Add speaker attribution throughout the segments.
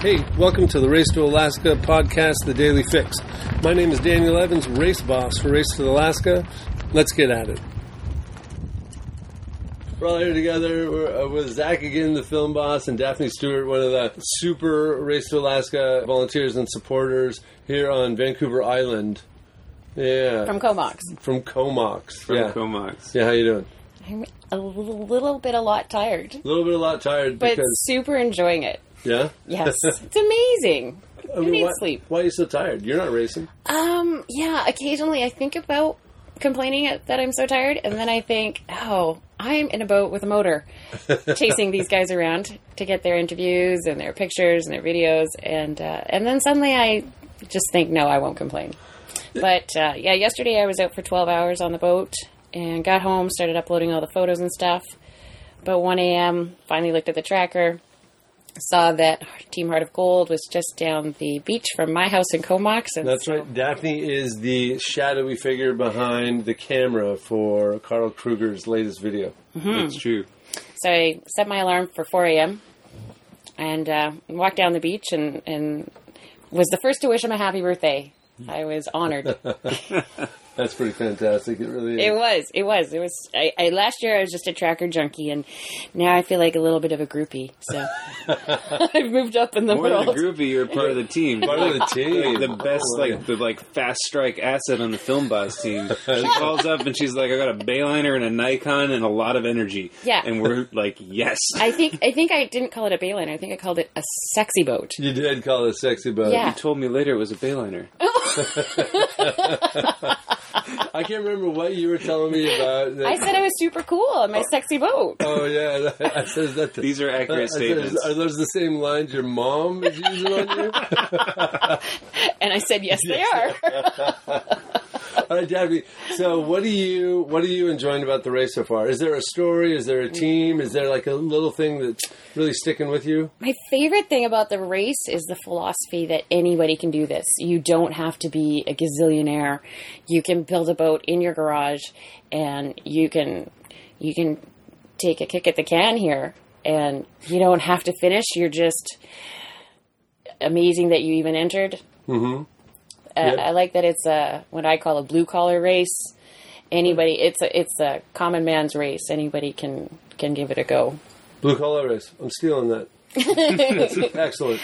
Speaker 1: Hey, welcome to the Race to Alaska podcast, The Daily Fix. My name is Daniel Evans, race boss for Race to Alaska. Let's get at it. We're all here together. We're uh, with Zach again, the film boss, and Daphne Stewart, one of the super Race to Alaska volunteers and supporters here on Vancouver Island. Yeah,
Speaker 2: from Comox.
Speaker 1: from Comox.
Speaker 3: from
Speaker 1: yeah.
Speaker 3: Comox.
Speaker 1: Yeah, how you doing?
Speaker 2: I'm a little, little bit a lot tired,
Speaker 1: A little bit, a lot tired
Speaker 2: but
Speaker 1: because
Speaker 2: super enjoying it.
Speaker 1: yeah,
Speaker 2: Yes, it's amazing.
Speaker 1: I
Speaker 2: Who
Speaker 1: mean,
Speaker 2: needs
Speaker 1: why,
Speaker 2: sleep?
Speaker 1: Why are you so tired? You're not racing.
Speaker 2: Um, yeah, occasionally I think about complaining at- that I'm so tired, and then I think, oh, I'm in a boat with a motor chasing these guys around to get their interviews and their pictures and their videos, and uh, and then suddenly I just think, no, I won't complain. But uh, yeah, yesterday I was out for 12 hours on the boat and got home, started uploading all the photos and stuff. About 1 a.m., finally looked at the tracker, saw that Team Heart of Gold was just down the beach from my house in Comox, and
Speaker 1: That's right. Daphne is the shadowy figure behind the camera for Carl Kruger's latest video.
Speaker 2: Mm-hmm.
Speaker 3: That's true.
Speaker 2: So I set my alarm for 4 a.m. and uh, walked down the beach and, and was the first to wish him a happy birthday. I was honored.
Speaker 1: That's pretty fantastic. It really
Speaker 2: it
Speaker 1: is.
Speaker 2: was. It was. It was. I, I last year I was just a tracker junkie, and now I feel like a little bit of a groupie. So I've moved up in the
Speaker 3: More than a
Speaker 2: world.
Speaker 3: groupie, you're part of the team.
Speaker 1: Part of the team.
Speaker 3: the best, like the like fast strike asset on the film boss team. She calls up and she's like, "I got a Bayliner and a Nikon and a lot of energy."
Speaker 2: Yeah.
Speaker 3: and we're like, "Yes."
Speaker 2: I think. I think I didn't call it a bayliner. I think I called it a sexy boat.
Speaker 1: you did call it sexy, but
Speaker 2: Yeah.
Speaker 3: you told me later it was a Bayliner.
Speaker 1: I can't remember what you were telling me about. That.
Speaker 2: I said I was super cool on my sexy boat.
Speaker 1: "Oh yeah," I said, "Is that the,
Speaker 3: These are accurate
Speaker 1: I said, is-
Speaker 3: statements.
Speaker 1: are those the same lines your mom is using on you?
Speaker 2: And I said, yes, they are.
Speaker 1: All right, Daphne. So, what do you what are you enjoying about the race so far? Is there a story? Is there a team? Is there like a little thing that's really sticking with you?
Speaker 2: My favorite thing about the race is the philosophy that anybody can do this. You don't have to be a gazillionaire. You can build a boat in your garage and you can you can take a kick at the can here and you don't have to finish. You're just amazing that you even entered. Mm-hmm. Uh, I like that it's a what I call a blue collar race. Anybody, it's a it's a common man's race. Anybody can can give it a go.
Speaker 1: Blue collar race. I'm stealing that. that's excellent.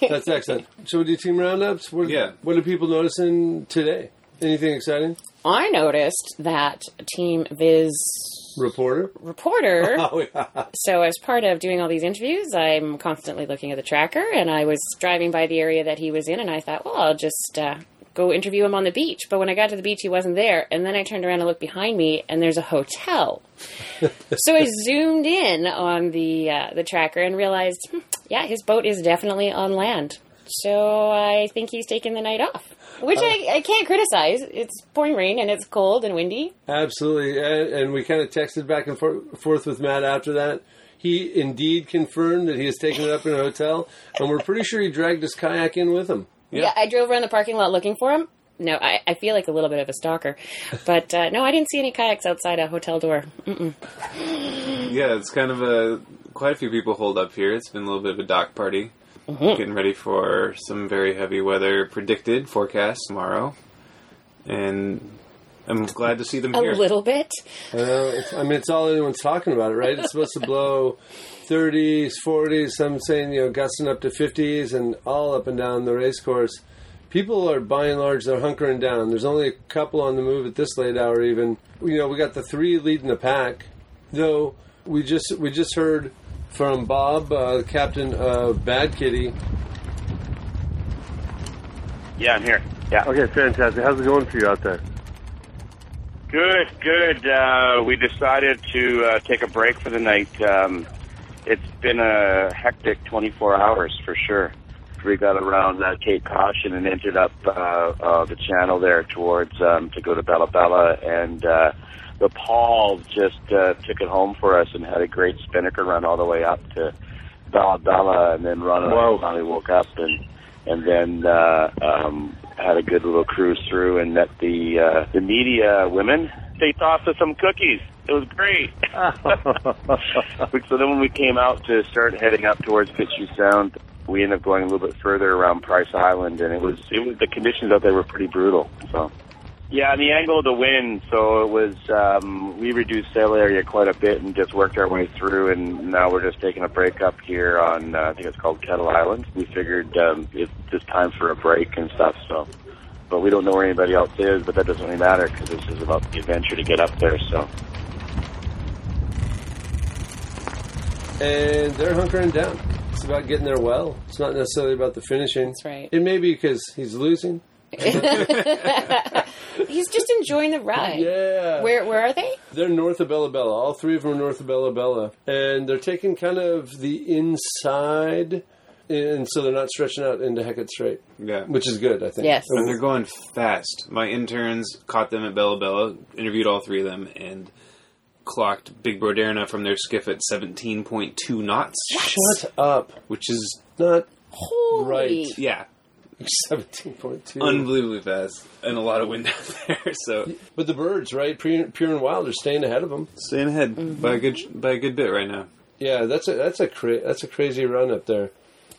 Speaker 1: That's excellent. So we do team roundups. What,
Speaker 3: Yeah.
Speaker 1: What are people noticing today? Anything exciting?
Speaker 2: I noticed that Team Viz
Speaker 1: Reporter.
Speaker 2: reporter.
Speaker 1: Oh yeah.
Speaker 2: so, as part of doing all these interviews, I'm constantly looking at the tracker, and I was driving by the area that he was in, and I thought, well, I'll just uh, go interview him on the beach. But when I got to the beach, he wasn't there, and then I turned around and looked behind me, and there's a hotel. so I zoomed in on the uh, the tracker and realized, hmm, yeah, his boat is definitely on land. So I think he's taking the night off, which I, I can't criticize. It's pouring rain and it's cold and windy.
Speaker 1: Absolutely. And, and we kind of texted back and for- forth with Matt after that. He indeed confirmed that he has taken it up in a hotel, and we're pretty sure he dragged his kayak in with him.
Speaker 2: Yeah, I drove around the parking lot looking for him. No, I, I feel like a little bit of a stalker, but uh, no, I didn't see any kayaks outside a hotel door.
Speaker 3: Yeah, it's kind of a quite a few people hold up here. It's been a little bit of a dock party,
Speaker 2: Mm-hmm.
Speaker 3: getting ready for some very heavy weather predicted forecast tomorrow, and I'm glad to see them
Speaker 2: A
Speaker 3: here.
Speaker 2: little bit.
Speaker 1: Uh, it's- I mean, it's all anyone's talking about, right? It's supposed to blow 30s, 40s, some saying, you know, gusting up to 50s and all up and down the race course. People are, by and large, they're hunkering down. There's only a couple on the move at this late hour, even. You know, we got the three leading the pack, though we just we just heard from Bob, uh, the captain of Bad Kitty.
Speaker 4: Yeah, I'm here. Yeah.
Speaker 5: Okay, fantastic. How's it going for you out there?
Speaker 4: Good, good. Uh, we decided to uh, take a break for the night. Um, it's been a hectic 24 hours for sure. We got around uh, Cape Caution and ended up uh, uh, the channel there towards um, to go to Bella Bella, and uh, the Paul just uh, took it home for us and had a great spinnaker run all the way up to Bella Bella, and then run
Speaker 5: Whoa.
Speaker 4: finally woke up and and then uh, um, had a good little cruise through and met the uh, the media women. They tossed us some cookies. It was great. so then when we came out to start heading up towards Pitchy Sound, we ended up going a little bit further around Price Island, and it was it was the conditions out there were pretty brutal. So, yeah, and the angle of the wind, so it was um, we reduced sail area quite a bit and just worked our way through, and now we're just taking a break up here on uh, I think it's called Kettle Island. We figured um, it's just time for a break and stuff, so. But we don't know where anybody else is, but that doesn't really matter because this is about the adventure to get up there. So,
Speaker 1: and they're hunkering down. It's about getting there well. It's not necessarily about the finishing. That's
Speaker 2: right.
Speaker 1: It may be because he's losing.
Speaker 2: He's just enjoying the ride.
Speaker 1: Yeah.
Speaker 2: Where where are they?
Speaker 1: They're north of Bella Bella. All three of them are north of Bella Bella. And they're taking kind of the inside, and so they're not stretching out into Hecate Strait,
Speaker 3: Yeah.
Speaker 1: which is good, I think.
Speaker 2: Yes.
Speaker 3: And they're going fast. My interns caught them at Bella Bella, interviewed all three of them, and clocked Big Broderna from their skiff at 17.2 knots,
Speaker 1: Shut up.
Speaker 3: which is,
Speaker 1: Not
Speaker 2: Holy
Speaker 1: Right.
Speaker 3: yeah,
Speaker 1: 17.2.
Speaker 3: unbelievably fast. And a lot of wind out there, so
Speaker 1: but the birds, right? Pure, pure and wild are staying ahead of them.
Speaker 3: staying ahead by a good by a good bit right now.
Speaker 1: Yeah, that's a that's a cra- that's a crazy run up there.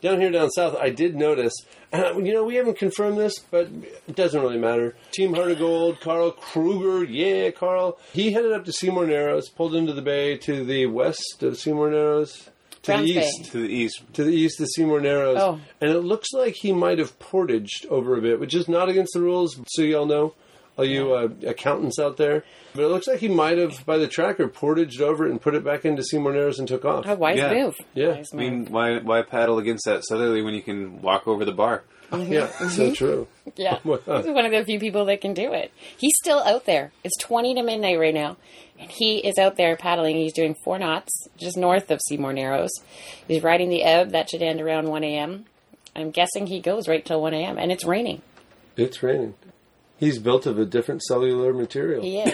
Speaker 1: Down here, down south, I did notice, and I, you know we haven't confirmed this, but it doesn't really matter. Team Heart of Gold, Carl Kruger, yeah, Carl. He headed up to Seymour Narrows, pulled into the bay to the west of Seymour Narrows, to
Speaker 2: Browns
Speaker 1: the
Speaker 2: Bay.
Speaker 1: east,
Speaker 3: To the east,
Speaker 1: to the east of Seymour Narrows,
Speaker 2: Oh.
Speaker 1: and it looks like he might have portaged over a bit, which is not against the rules. So y'all know, all you uh, accountants out there, but it looks like he might have, by the tracker, portaged over it and put it back into Seymour Narrows and took off.
Speaker 2: A wise
Speaker 3: Yeah.
Speaker 2: move.
Speaker 1: Yeah.
Speaker 2: Wise
Speaker 3: I
Speaker 2: move.
Speaker 3: mean, why why paddle against that southerly when you can walk over the bar?
Speaker 1: Yeah, so true.
Speaker 2: yeah.
Speaker 1: Well,
Speaker 2: He's one of the few people that can do it. He's still out there. It's 20 to midnight right now. And he is out there paddling. He's doing four knots just north of Seymour Narrows. He's riding the ebb. That should end around 1 a.m. I'm guessing he goes right till 1 a.m. And it's raining.
Speaker 1: It's raining. He's built of a different cellular material.
Speaker 2: He is.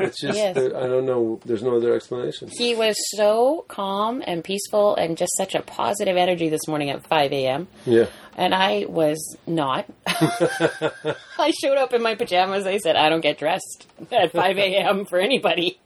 Speaker 1: It's just
Speaker 2: Yes.
Speaker 1: that I don't know. There's no other explanation.
Speaker 2: he was so calm and peaceful and just such a positive energy this morning at 5 a.m.
Speaker 1: Yeah,
Speaker 2: And I was not. I showed up in my pajamas. I said, I don't get dressed at 5 a.m. for anybody.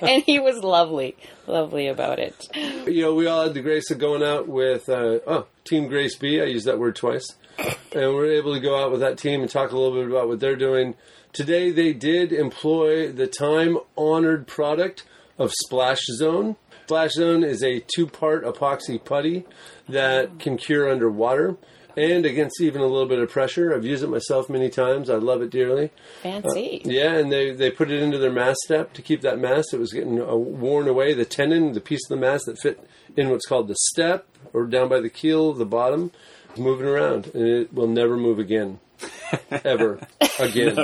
Speaker 2: and he was lovely, lovely about it.
Speaker 1: you know, we all had the grace of going out with uh, oh Team Grace B. I used that word twice, and we're able to go out with that team and talk a little bit about what they're doing today. They did employ the time honored product of Splash Zone. Splash Zone is a two part epoxy putty that can cure underwater. And against even a little bit of pressure. I've used it myself many times. I love it dearly.
Speaker 2: Fancy.
Speaker 1: Uh, Yeah, and they, they put it into their mast step to keep that mast that was getting uh, worn away, the tenon, the piece of the mast that fit in what's called the step or down by the keel, the bottom, is moving around, and it will never move again, ever again.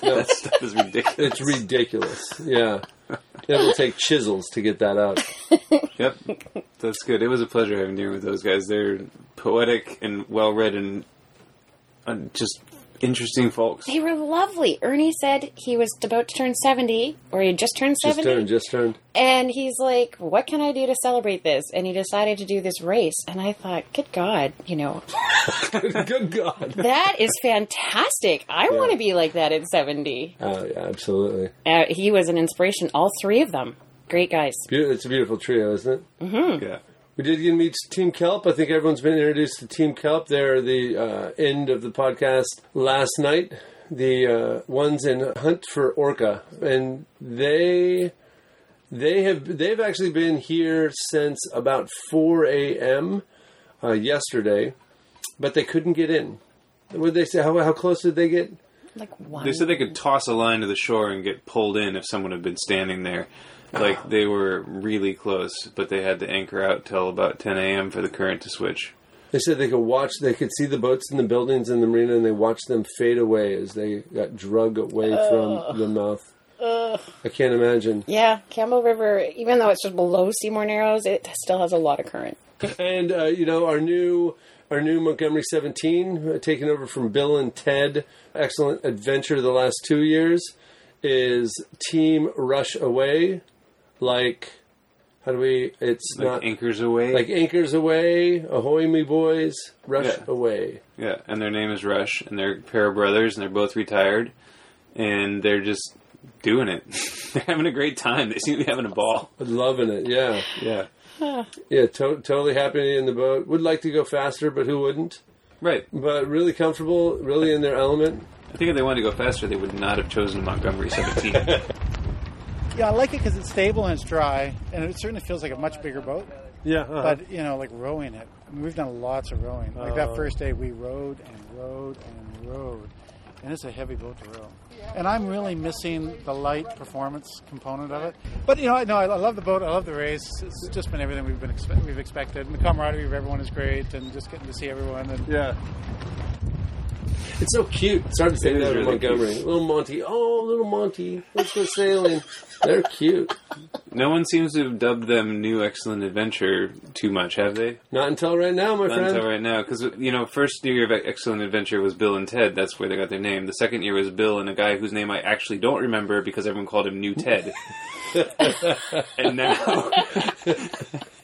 Speaker 3: that stuff is ridiculous.
Speaker 1: It's ridiculous. Yeah, it'll take chisels to get that out.
Speaker 3: Yep, that's good. It was a pleasure having dinner with those guys. They're poetic and well read and uh, just interesting folks.
Speaker 2: They were lovely. Ernie said he was about to turn 70, or he had just turned 70.
Speaker 1: Just turned, just turned.
Speaker 2: And he's like, What can I do to celebrate this? And he decided to do this race. And I thought, Good God, you know,
Speaker 1: Good God!
Speaker 2: that is fantastic. I want to be like that at 70.
Speaker 1: Uh, yeah, absolutely.
Speaker 2: Uh, he was an inspiration, all three of them. Great guys.
Speaker 1: Beau- It's a beautiful trio, isn't it?
Speaker 3: Yeah.
Speaker 1: We did get to meet Team Kelp. I think everyone's been introduced to Team Kelp. They're the uh, end of the podcast last night. The uh, ones in Hunt for Orca, and they they have they've actually been here since about 4 a.m. Uh, yesterday, but they couldn't get in. What they say? How, how close did they get?
Speaker 2: Like one.
Speaker 3: They said they could toss a line to the shore and get pulled in if someone had been standing there. Like they were really close, but they had to anchor out till about 10 a.m. for the current to switch.
Speaker 1: They said they could watch. They could see the boats and the buildings in the marina, and they watched them fade away as they got drug away from the mouth. I can't imagine.
Speaker 2: yeah, Campbell River, even though it's just below Seymour Narrows, it still has a lot of current.
Speaker 1: And uh, you know our new our new Montgomery 17, uh, taken over from Bill and Ted, excellent adventure the last two years, is Team Rush Away. Like, how do we? It's
Speaker 3: Like
Speaker 1: not
Speaker 3: anchors away.
Speaker 1: like anchors away. Ahoy, me boys! Rush
Speaker 3: Yeah.
Speaker 1: away.
Speaker 3: yeah, and their name is Rush, and they're a pair of brothers, and they're both retired, and they're just doing it. They're having a great time. They seem to be having a ball.
Speaker 1: Loving it, yeah.
Speaker 3: Yeah.
Speaker 1: Yeah, to- totally happy in the boat. Would like to go faster, but who wouldn't?
Speaker 3: Right.
Speaker 1: But really comfortable, really in their element.
Speaker 3: I think if they wanted to go faster, they would not have chosen Montgomery 17.
Speaker 6: Yeah, I like it because it's stable and it's dry, and it certainly feels like a much bigger boat.
Speaker 1: Yeah, uh
Speaker 6: But you know, like rowing it, I mean, we've done lots of rowing. Like that first day, we rowed and rowed and rowed, and it's a heavy boat to row. And I'm really missing the light performance component of it. But you know, I know I I love the boat. I love the race. It's just been everything we've been expe- we've expected, and the camaraderie of everyone is great, and just getting to see everyone. And
Speaker 1: yeah. It's so cute. It's hard to say
Speaker 3: It is
Speaker 1: that
Speaker 3: really
Speaker 1: about Montgomery. Little Monty. Oh, little Monty. Let's go sailing. They're cute.
Speaker 3: no one seems to have dubbed them New Excellent Adventure too much, have they?
Speaker 1: Not until right now, my
Speaker 3: Not
Speaker 1: friend.
Speaker 3: until right now. Because, you know, first year of Excellent Adventure was Bill and Ted. That's where they got their name. The second year was Bill and a guy whose name I actually don't remember because everyone called him New Ted. and now.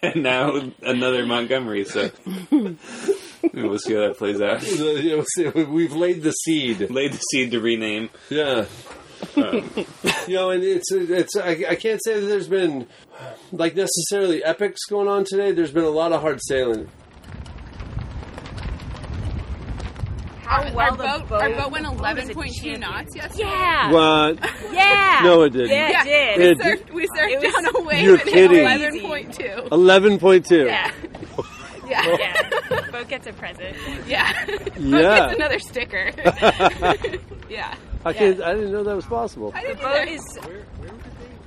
Speaker 3: and now another Montgomery, so. we'll see how that plays out.
Speaker 1: Yeah, we- We've laid the seed.
Speaker 3: Laid the seed to rename.
Speaker 1: Yeah. you know, and it's it's I, I can't say that there's been like necessarily epics going on today. There's been a lot of hard sailing.
Speaker 7: How well
Speaker 8: our
Speaker 7: the
Speaker 8: boat, our boat went
Speaker 7: the boat is a
Speaker 8: 11.2
Speaker 7: champion.
Speaker 8: knots yesterday.
Speaker 7: Yeah.
Speaker 9: What?
Speaker 7: yeah.
Speaker 9: No, it didn't.
Speaker 7: Yeah, it
Speaker 8: we
Speaker 9: did. It
Speaker 8: surfed, we surfed
Speaker 7: was-
Speaker 8: down a wave
Speaker 9: You're
Speaker 8: at
Speaker 9: kidding.
Speaker 8: 11.2.
Speaker 9: 11.2.
Speaker 8: Yeah. Yeah. Yeah.
Speaker 7: yeah. boat gets a present.
Speaker 8: yeah. But
Speaker 9: Yeah.
Speaker 8: it's another sticker. yeah.
Speaker 9: I, can't, I didn't know that was possible.
Speaker 8: I
Speaker 7: The
Speaker 8: didn't
Speaker 7: boat
Speaker 8: either.
Speaker 7: is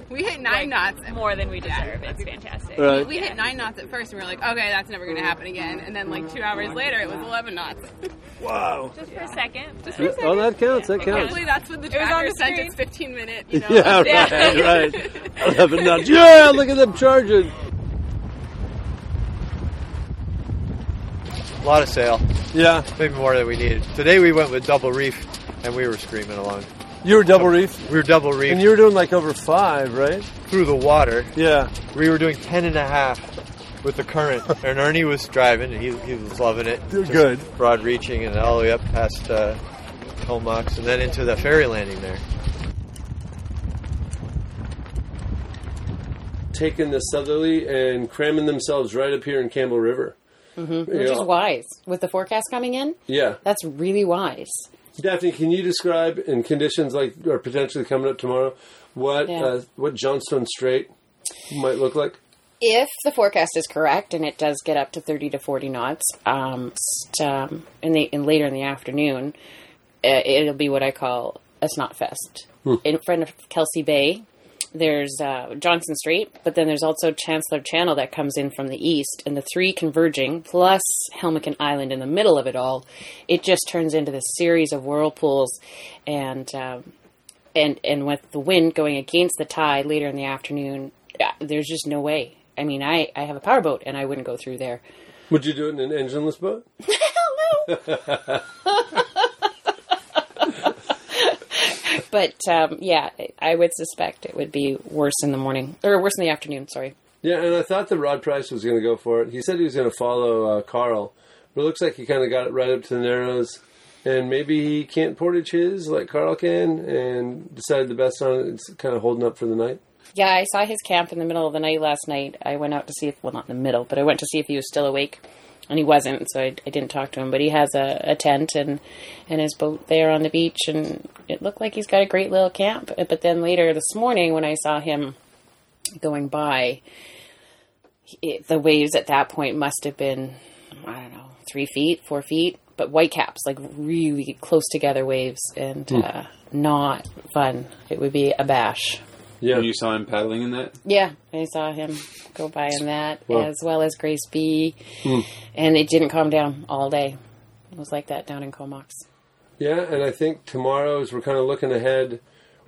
Speaker 8: we hit nine
Speaker 7: like,
Speaker 8: knots.
Speaker 7: more than we deserve. It's fantastic.
Speaker 9: Right.
Speaker 8: We hit nine knots at first, and we were like, okay, that's never going to happen again. And then, like, two hours later, it was 11 knots.
Speaker 7: Just for a second. Just for a
Speaker 9: Oh, that counts. That counts.
Speaker 8: Hopefully, that's what the
Speaker 7: was on
Speaker 8: tracker
Speaker 7: the
Speaker 8: sent.
Speaker 7: screen.
Speaker 8: It's 15 minute, you know.
Speaker 9: Yeah, right, right. 11 knots. Yeah, look at them charging.
Speaker 10: A lot of sail,
Speaker 9: Yeah.
Speaker 10: maybe more than we needed. Today we went with double reef, and we were screaming along.
Speaker 9: You were double reef,
Speaker 10: We were double
Speaker 9: and
Speaker 10: reef
Speaker 9: you were doing like over five, right?
Speaker 10: through the water.
Speaker 9: Yeah.
Speaker 10: We were doing ten and a half with the current, and Ernie was driving, and he, he was loving it.
Speaker 9: They're good.
Speaker 10: Broad reaching, and all the way up past uh, Comox, and then into the ferry landing there.
Speaker 1: Taking the southerly and cramming themselves right up here in Campbell River. You
Speaker 2: Which is
Speaker 1: know,
Speaker 2: wise with the forecast coming in.
Speaker 1: yeah,
Speaker 2: That's really wise.
Speaker 1: Daphne, can you describe in conditions like are potentially coming up tomorrow what
Speaker 2: Yeah.
Speaker 1: uh, what Johnstone Strait might look like?
Speaker 2: If the forecast is correct and it does get up to 30 to 40 knots um, st- um, in the in later in the afternoon, uh, it'll be what I call a snot fest. In front of Kelsey Bay, there's uh, Johnson Strait, but then there's also Chancellor Channel that comes in from the east, and the three converging, plus Helmicken Island in the middle of it all, it just turns into this series of whirlpools, and um, and and with the wind going against the tide later in the afternoon, uh, there's just no way. I mean, I I have a powerboat, and I wouldn't go through there.
Speaker 1: Would you do it in an engineless boat?
Speaker 2: But um, yeah, I would suspect it would be worse in the morning or worse in the afternoon. Sorry.
Speaker 1: Yeah, and I thought that Rod Price was going to go for it. He said he was going to follow uh, Carl, but it looks like he kind of got it right up to the narrows. And maybe he can't portage his like Carl can, and decided the best on it. It's kind of holding up for the night.
Speaker 2: Yeah, I saw his camp in the middle of the night last night. I went out to see if, well, not in the middle, but I went to see if he was still awake, and he wasn't, so I, I didn't talk to him. But he has a, a tent and, and his boat there on the beach, and it looked like he's got a great little camp. But then later this morning, when I saw him going by, it, the waves at that point must have been, I don't know, three feet, four feet, but white caps, like really close together waves, and uh, not fun. It would be a bash.
Speaker 1: Yeah,
Speaker 3: You saw him paddling in that?
Speaker 2: Yeah, I saw him go by in that,
Speaker 1: Wow.
Speaker 2: as well as Grace B.
Speaker 1: Hmm.
Speaker 2: And it didn't calm down all day. It was like that down in Comox.
Speaker 1: yeah. And I think tomorrow, as we're kind of looking ahead,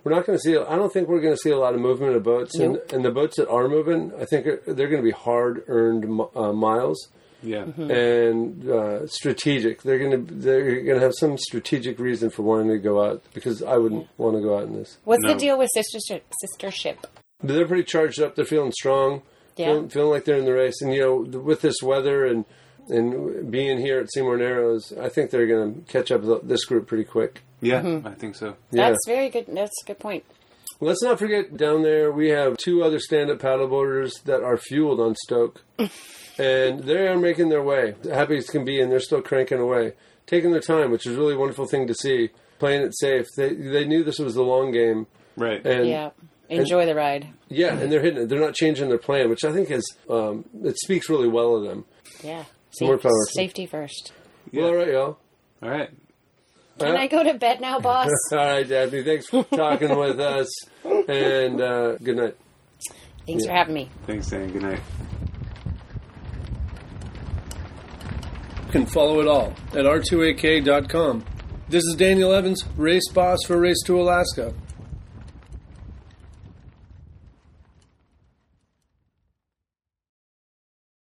Speaker 1: we're not going to see. I don't think we're going to see a lot of movement of boats, and, and the boats that are moving, I think are, they're going to be hard-earned mi- uh, miles.
Speaker 3: Yeah.
Speaker 1: Mm-hmm. and uh, strategic. They're gonna they're gonna have some strategic reason for wanting to go out because I wouldn't want to go out in this.
Speaker 2: What's the
Speaker 3: No.
Speaker 2: deal with sistership? Sistership.
Speaker 1: But they're pretty charged up. They're feeling strong.
Speaker 2: Yeah.
Speaker 1: Feeling, feeling like they're in the race. And you know, th- with this weather and and being here at Seymour Narrows, I think they're gonna catch up with this group pretty quick.
Speaker 3: Yeah, I think so.
Speaker 1: Yeah.
Speaker 2: That's very good. That's a good point.
Speaker 1: Let's not forget down there we have two other stand-up paddleboarders that are fueled on Stoke, and they are making their way, happy as can be, and they're still cranking away, taking their time, which is really a wonderful thing to see. Playing it safe, they they knew this was the long game,
Speaker 3: right?
Speaker 1: And
Speaker 2: yeah. Enjoy the ride.
Speaker 1: yeah, and they're hitting it. They're not changing their plan, which I think is um, it speaks really well of them.
Speaker 2: Yeah.
Speaker 1: More power.
Speaker 2: Safety first.
Speaker 1: Well, all right, y'all.
Speaker 3: All right.
Speaker 2: Can I go to bed now, boss?
Speaker 1: All right, Daphne. Thanks for talking with us, and uh, good night.
Speaker 2: Thanks for having me.
Speaker 3: Thanks, Dan. Good night.
Speaker 1: You can follow it all at r2ak.com. This is Daniel Evans, race boss for Race to Alaska.